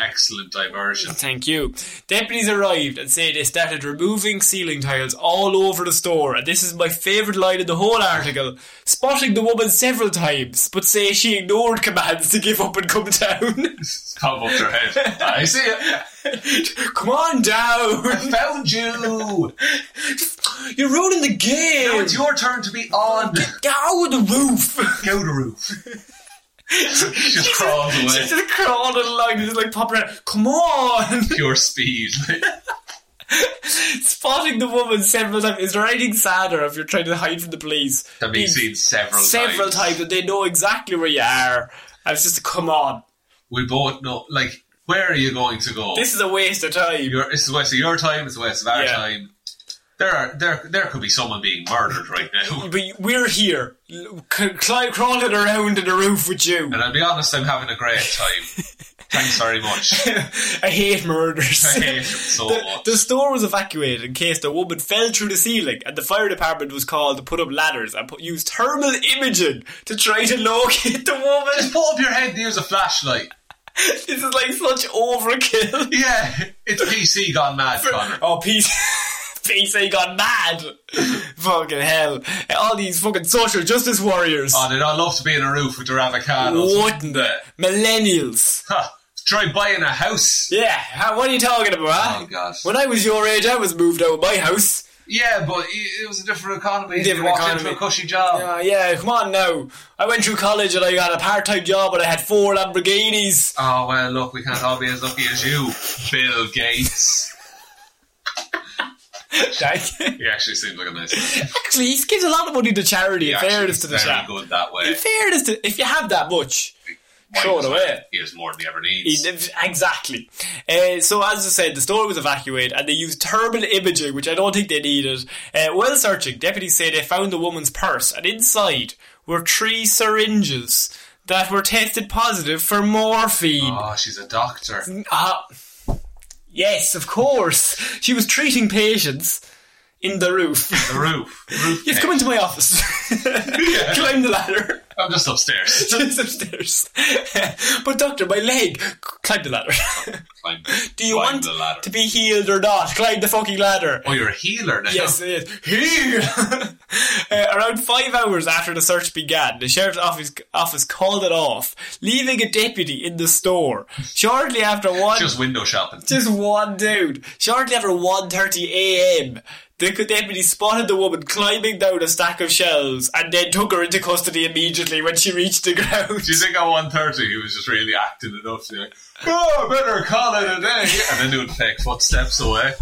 excellent diversion. Thank you. Deputies arrived and say they started removing ceiling tiles all over the store, and this is my favourite line in the whole article. Spotting the woman several times, but say she ignored commands to give up and come down. Pop up her head. I see it. Come on down! Found you. You're ruining the Now game! it's your turn to be on. Get out of the roof! Go to roof. she just crawls away. She's just crawling along, just like popping around. Come on! Pure speed. Spotting the woman several times. Is there anything sadder if you're trying to hide from the police? I've been seen several, Several times that they know exactly where you are. And it's just, come on. We both know, like, where are you going to go? This is a waste of time. Your- it's the waste of your time. It's the waste of our Yeah. time. There are there there could be someone being murdered right now. but you- we're here, l- c- cli- crawling around in the roof with you. And I'll be honest, I'm having a great time. Thanks very much. I hate murders. I hate it so The, much. the store was evacuated in case the woman fell through the ceiling, and the fire department was called to put up ladders and put, use thermal imaging to try to locate the Just woman. pull up your head and use a flashlight. This is like such overkill. Yeah, it's PC gone mad, Connor. Oh, PC, PC got mad. fucking hell. All these fucking social justice warriors. Oh, they'd all love to be in a roof with their avocados. Wouldn't they? Millennials. Huh, try buying a house. Yeah, how, what are you talking about, huh? Oh, God. When I was your age, I was moved out of my house. Yeah, but i- it was a different economy. Different you walked economy. into a cushy job. Uh, yeah, come on now. I went through college and I got a part-time job and I had four Lamborghinis. Oh well, look, we can't all be as lucky as you, Bill Gates. Shag. He actually seems like a nice. guy. Actually, he gives a lot of money to charity. He in actually fairness is to the very chap. good that way. In fairness to, if you have that much, throw it away. He has more than he ever He needs. did- Exactly. Uh, so, as I said, the store was evacuated and they used thermal imaging, which I don't think they needed. Uh, while searching, deputies say they found the woman's purse and inside were three syringes that were tested positive for morphine. Oh, she's a doctor. Ah, yes, of course. She was treating patients in the roof. The roof. roof You've come into my office. Climb the ladder. I'm just upstairs. Just upstairs. but doctor, my leg. Climb the ladder. Climb- Do you climb want the ladder? to be healed or not? Climb the fucking ladder. Oh, you're a healer now. Yes, it is. Heal! uh, around five hours after the search began, the sheriff's office, office called it off, leaving a deputy in the store. Shortly after one, Just window shopping. just one dude. Shortly after 1.30 a.m., the deputy spotted the woman climbing down a stack of shelves and then took her into custody immediately when she reached the ground. Do you think at one thirty he was just really acting enough? To be like, oh, I better call it a day, and then doing fake footsteps away.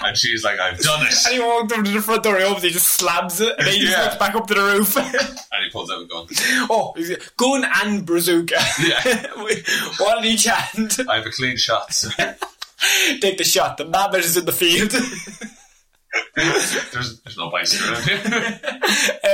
And she's like, I've done And it. he walked up to the front door, he obviously just slams it, and then he just Yeah. walks back up to the roof. And he pulls out a gun. oh, he's- gun and bazooka. Yeah. One in each hand. I have a clean shot. so Take the shot, the mammoth is in the field. there's, there's no bicycle around here.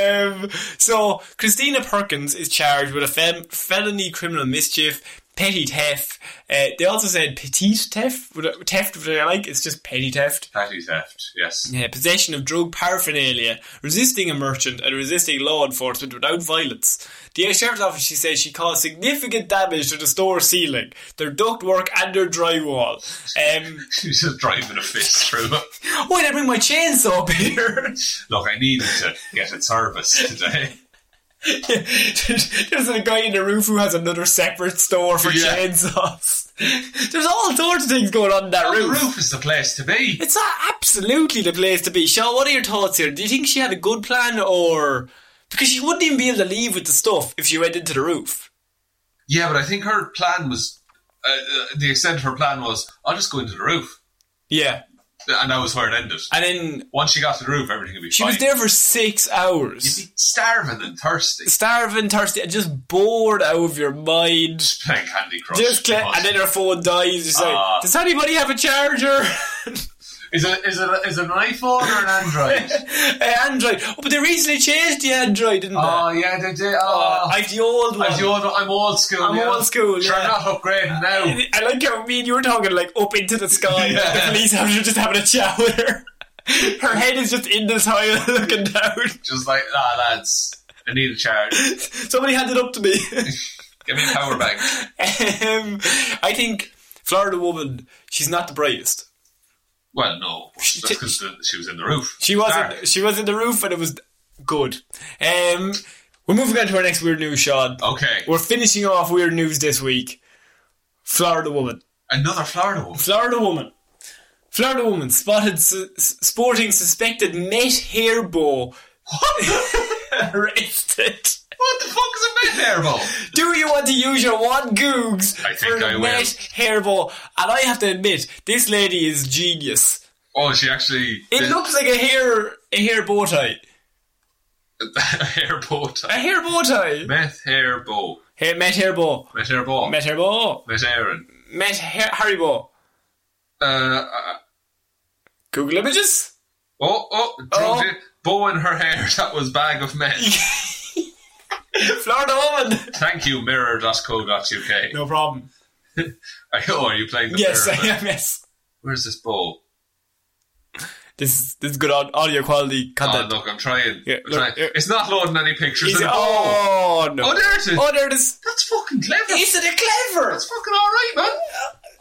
Um, so Christina Perkins is charged with a fem- felony criminal mischief, petty theft. Uh, they also said petite theft, with a- theft which I like. It's just petty theft. Patty theft. Yes. Yeah, possession of drug paraphernalia, resisting a merchant, and resisting law enforcement without violence. The sheriff's office, she says, she caused significant damage to the store ceiling, their ductwork, and their drywall. Um, She's just driving a fist through it. why did I bring my chainsaw up here? Look, I needed to get it serviced today. There's a guy in the roof who has another separate store for Yeah. chainsaws. There's all sorts of things going on in that Oh, the roof. roof is the place to be. It's a- absolutely the place to be. Sean, what are your thoughts here? Do you think she had a good plan or. Because she wouldn't even be able to leave with the stuff if she went into the roof. Yeah, but I think her plan was uh, uh, the extent of her plan was I'll just go into the roof, Yeah. and that was where it ended. And then Once she got to the roof, everything would be she fine. was there for six hours. You'd be starving and thirsty, Starving, thirsty, and just bored out of your mind. playing Candy Crush. Just cl- Must- and then her phone dies. She's Ah. like, does anybody have a charger? is it is it, is it an iPhone or an Android? Android. Oh, but they recently changed the Android, didn't they? oh yeah, they did. Uh, Oh, I've the old one. I'm, old, I'm old school. I'm yeah. old school, Sure, yeah. not upgrading now. I like how me and you were talking like up into the sky. Yeah. The police officer just having a chat with her. Her head is just in the soil looking down. Just like ah lads, I need a charge. Somebody handed up to me. Give me a power bank. um, I think Florida woman, she's not the brightest. Well, no, that's because she was in the roof. She was Dark. in, she was in the roof and it was good. Um, we're moving on to our next weird news, Sean. Okay, We're finishing off weird news this week. Florida woman. another Florida woman. Florida woman. Florida woman spotted su- s- sporting suspected meth hair bow. Arrested. What the fuck is a med hairball? Do you want to use your one googs I think for I the will. meth hair bow? And I have to admit, this lady is genius. Oh, she actually. It did looks like a hair a hair bow tie. a hair bow A tie. hair bow tie. Meth hair bow. Hey, meth hair bow. Meth hair ball. Meth hair bow. Meth Aaron. Meth hair Harry bow. Uh, uh, Google images. oh, oh, Oh. drugged it. Bow in her hair. That was bag of meth. Florida woman. Thank you, mirror.co.uk. No problem. Oh, are you playing the Yes, I mirror? am. Yes. Where's this bow? This is, this is good au- audio quality Oh, content. look, I'm trying. Yeah, I'm look, trying. yeah. It's not loading any pictures. Is of it- the bow. oh no! Oh, there it is. Oh, there it is. That's fucking clever. Isn't it Uh, clever? That's fucking alright, man.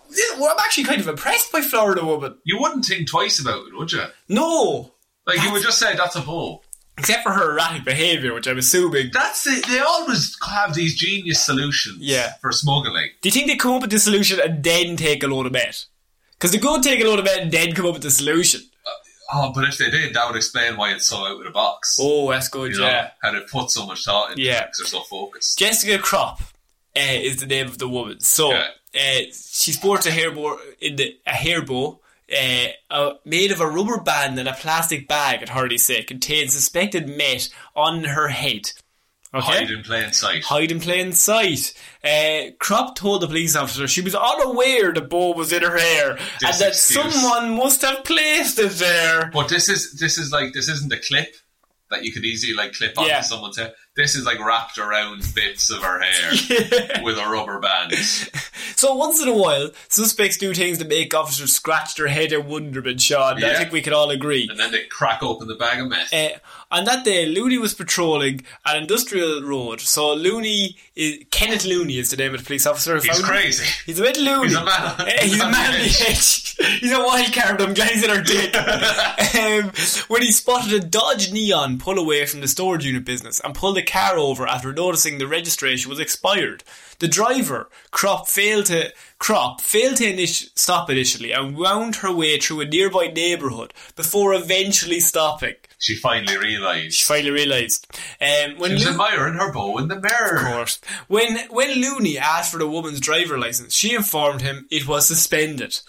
This- well, I'm actually kind of impressed by Florida Woman. You wouldn't think twice about it, would you? No, Like, you would just say, that's a bow. except for her erratic behavior, which I'm assuming. That's it. They always have these genius solutions Yeah. for smuggling. Do you think they come up with the solution and then take a load of meth? Because they go take a load of meth and then come up with the solution. Oh, but if they did, that would explain why it's so out of the box. Oh, that's good. you know, yeah. how they put so much thought into Yeah. it because they're so focused. Jessica Crop uh, is the name of the woman. So eh, Yeah. uh, she sports a hair bow in the a hair bow uh, uh, made of a rubber band and a plastic bag, it hardly said, contained suspected meth on her head. Hide in plain sight. Hide in plain sight. Uh, Crop told the police officer she was unaware the bow was in her hair and This that excuse. someone must have placed it there. But this is this is like this isn't a clip that you could easily like clip onto Yeah. someone's hair. This is like wrapped around bits of her hair with a rubber band. So once in a while, suspects do things that make officers scratch their head in wonderment, Sean. I Yeah. think we can all agree. And then they crack open the bag of meth. Uh, on that day, Looney was patrolling an industrial road. So Looney, is, Kenneth Looney is the name of the police officer. who He's found- crazy. He's a bit loony. He's a man on- Eh, he's a man on the edge. He's a wild card. I'm glad he's in our dick. um, when he spotted a Dodge Neon pull away from the storage unit business and pulled the car over after noticing the registration was expired. The driver, Crop, failed to Crop failed to init- stop initially and wound her way through a nearby neighbourhood before eventually stopping. She finally realised. She finally realised. Um, when She was Lou- admiring her bow in the mirror. of course. When when Looney asked for the woman's driver license, she informed him it was suspended.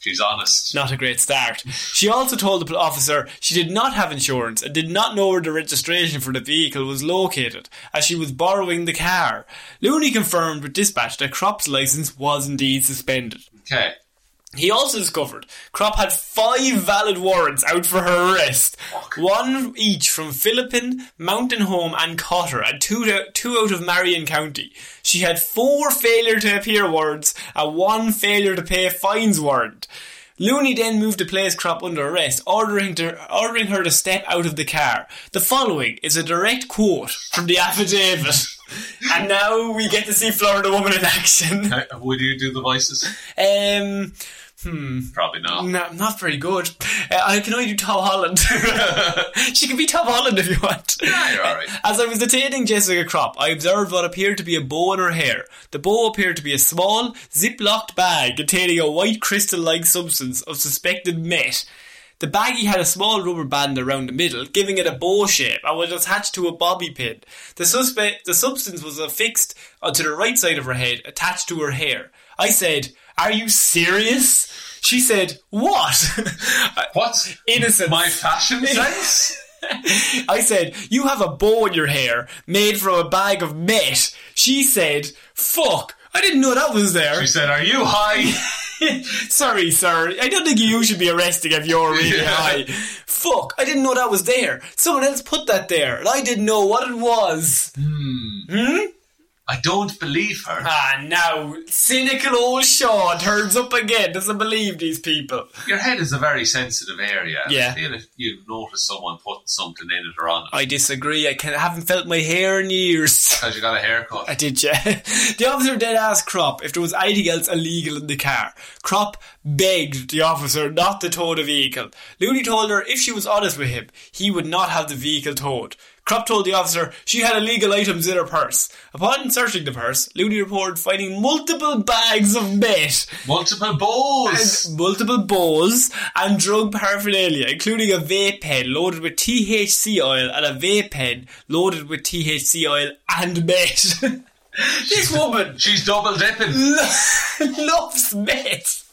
She's honest. Not a great start. She also told the pl- officer she did not have insurance and did not know where the registration for the vehicle was located, as she was borrowing the car. Looney confirmed with dispatch that Crop's license was indeed suspended. Okay. He also discovered Crop had five valid warrants out for her arrest, one each from Philippine, Mountain Home, and Cotter, and two, to, two out of Marion County. She had four failure to appear warrants and one failure to pay fines warrant. Looney then moved to place Crop under arrest, ordering, to, ordering her to step out of the car. The following is a direct quote from the affidavit. and now we get to see Florida Woman in action. Uh, Would you do the voices? Um, Probably not. no, not very good. Uh, I can only do Tom Holland. she can be Tom Holland if you want. Yeah, you're alright. As I was detaining Jessica Crop, I observed what appeared to be a bow in her hair. The bow appeared to be a small, ziplocked bag containing a white crystal-like substance of suspected meth. The baggie had a small rubber band around the middle, giving it a bow shape, and was attached to a bobby pin. The suspect, the substance was affixed onto the right side of her head, attached to her hair. I said, "Are you serious?" She said, "What?" What? Innocence. My fashion sense? I said, "You have a bow in your hair made from a bag of meth." She said, "Fuck." I didn't know that was there. She said, Are you high? Sorry, sir. I don't think you should be arresting if you're really Yeah. high. Fuck, I didn't know that was there. Someone else put that there, and I didn't know what it was. I don't believe her. Ah, now, cynical old Sean turns up again, doesn't believe these people. Your head is a very sensitive area. Yeah. Ah. I feel if you notice someone putting something in it or on it, I disagree, I, can, I haven't felt my hair in years. because you got a haircut. I did, yeah. The officer then asked Crop if there was anything else illegal in the car. Crop begged the officer not to tow the vehicle. Looney told her if she was honest with him, he would not have the vehicle towed. Crop told the officer she had illegal items in her purse. Upon searching the purse, Looney reported finding multiple bags of meth Multiple bows! and multiple bowls and drug paraphernalia, including a vape pen loaded with THC oil and a vape pen loaded with THC oil and meth. this woman She's double dipping. loves meth.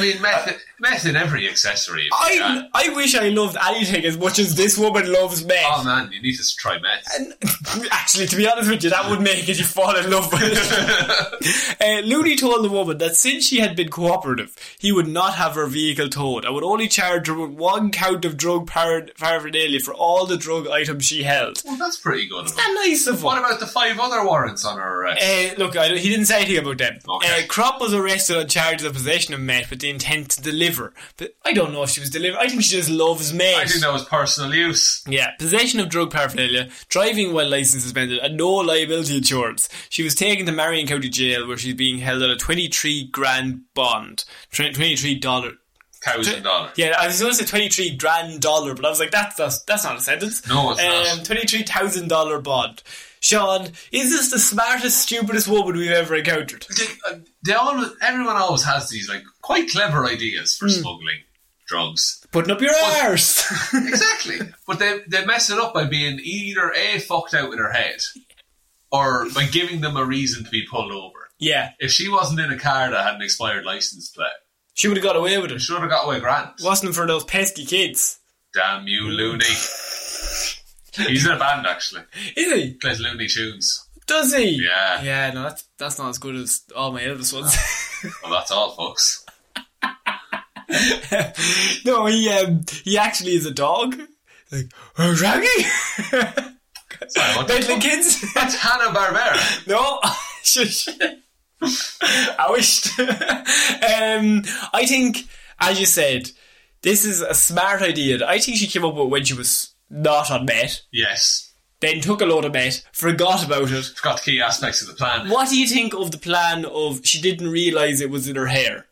mean, meth, meth in every accessory. if you I, can. I wish I loved anything as much as this woman loves meth. Oh man, you need to try meth. Actually, to be honest with you, that would make it you fall in love with it. uh, Looney told the woman that since she had been cooperative, he would not have her vehicle towed and would only charge her with one count of drug par- paraphernalia for all the drug items she held. Well, that's pretty good. Of him. That nice of What him. about the five other warrants on her arrest? Uh, look, I, don't- he didn't say anything about them. Okay. Uh, Crop was arrested on charges of possession of meth with the intent to deliver. But I don't know if she was delivering. I think she just loves meth. I think that was personal use. Yeah, possession of drug paraphernalia, driving while license suspended, and no liability insurance. She was taken to Marion County Jail, where she's being held on a twenty-three grand bond, Tw- twenty-three dollar. Thousand dollars. Yeah, I was going to say twenty-three grand dollar, but I was like, that's that's, that's not a sentence. No, it's um, not. Twenty-three thousand dollar bond. Sean, is this the smartest, stupidest woman we've ever encountered? They, they uh, always, everyone always has these like quite clever ideas for smuggling drugs. Putting up your arse. Exactly. but they they mess it up by being either a fucked out in her head, or by giving them a reason to be pulled over. yeah, If she wasn't in a car that had an expired license plate, She would have got away with You it. should have got away grand. Wasn't it for those pesky kids? Damn you, Looney. He's in a band, actually. Is he? He plays Looney Tunes. Does he? Yeah. Yeah, no, that's, that's not as good as all my Elvis ones. Well, that's all, folks. no, he um, he actually is a dog. Like, oh, Raggy? Sorry, what the Bentley fuck? kids? That's Hanna-Barbera. No, shush. I wished. um, I think, as you said, this is a smart idea. that I think she came up with it when she was not on Met, Yes. then took a load of Met, forgot about it. Forgot the key aspects of the plan. What do you think of the plan of she didn't realise it was in her hair?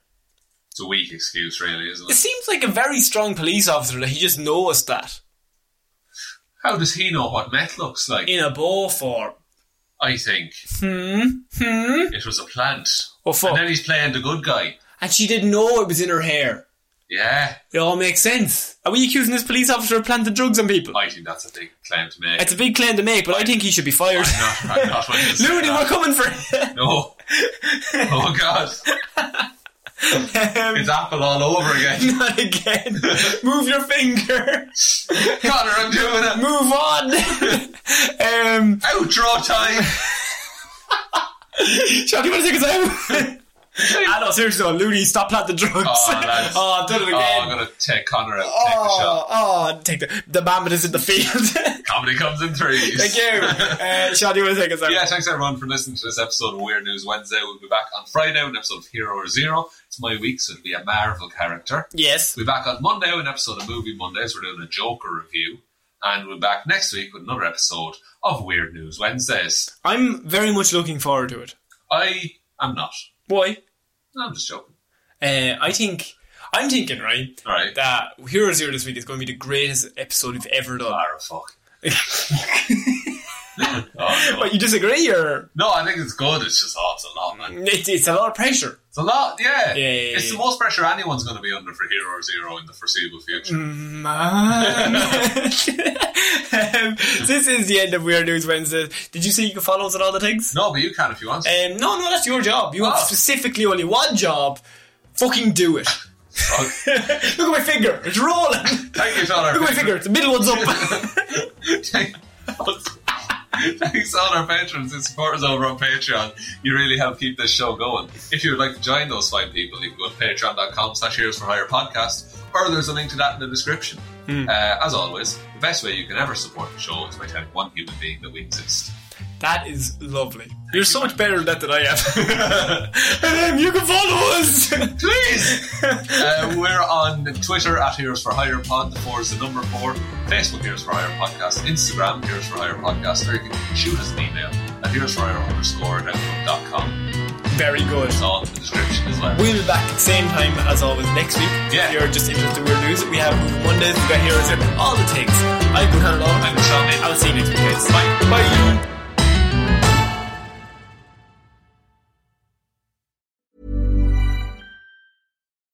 It's a weak excuse, really, isn't It it? seems like a very strong police officer that he just knows that. How does he know what meth looks like? In a bow form. I think. Hmm? It was a plant. Oh, fuck. And then he's playing the good guy. And she didn't know it was in her hair. Yeah. It all makes sense. Are we accusing this police officer of planting drugs on people? I think that's a big claim to make. It's a big claim to make, but I think he should be fired. I'm not, I'm not willing to say Looney, that. we're coming for him. No. Oh, God. It's Apple all over again. Not again. Move your finger. Connor, I'm doing it. Move on. um, Outro time. Sean, do you want to take us out? I know, Ah, seriously, though, Looney, stop planting drugs. Oh, lads. oh, I've done it Oh, I'm again. going to take Connor out. Take the Oh, shot. oh, take the, the mammoth is in the field. Comedy comes in threes. Thank you. Uh, Sean, do you want to take us out? Yeah, thanks everyone for listening to this episode of Weird News Wednesday. We'll be back on Friday with an episode of Hero or Zero. It's my week, so it'll be a Marvel character. Yes. We'll be back on Monday with an episode of Movie Mondays. We're doing a Joker review. And we'll be back next week with another episode of Weird News Wednesdays. I'm very much looking forward to it. I am not. Why? I'm just joking. Uh, I think I'm thinking right Alright. that Hero Zero this week is going to be the greatest episode we've ever done. Ah, fuck. oh, no. But you disagree, or no, I think it's good. It's just, oh, it's a lot, man. it's, it's a lot of pressure. It's a lot, yeah. Yeah, yeah, It's yeah. the most pressure anyone's going to be under for Hero or Zero in the foreseeable future. Mm. Man. um, this is the end of Weird News Wednesday. Did you see you can follow us on all the things? No, but you can if you want. Um, no, no, that's your job. You have Oh. specifically only one job. Fucking do it. Fuck. Look at my finger. It's rolling. Thank you, Sean. Look at my finger. The middle one's up. Thanks to all our patrons and supporters over on Patreon. You really help keep this show going. If you would like to join those fine people, you can go to patreon.com slash heroes for hire podcast, or there's a link to that in the description. Uh, as always, the best way you can ever support the show is by telling one human being that we exist. That is lovely. You're so much better at that than I am. and um, you can follow us. Please! uh, we're on Twitter at Heroes for Hire Pod, the four is the number four, Facebook Heroes for Hire Podcast, Instagram Heroes for Hire Podcast, or you can shoot us an email at Heroes for Hire underscore at outlook.com. Very good. It's all in the description as well. We'll be back at the same time as always next week. Yeah. If you're just interested in weird news, we have Mondays, we've got Heroes, and all the things. I've been Hannah Long. I'm Sean Mason. I'll see you next week, guys. Bye. Bye.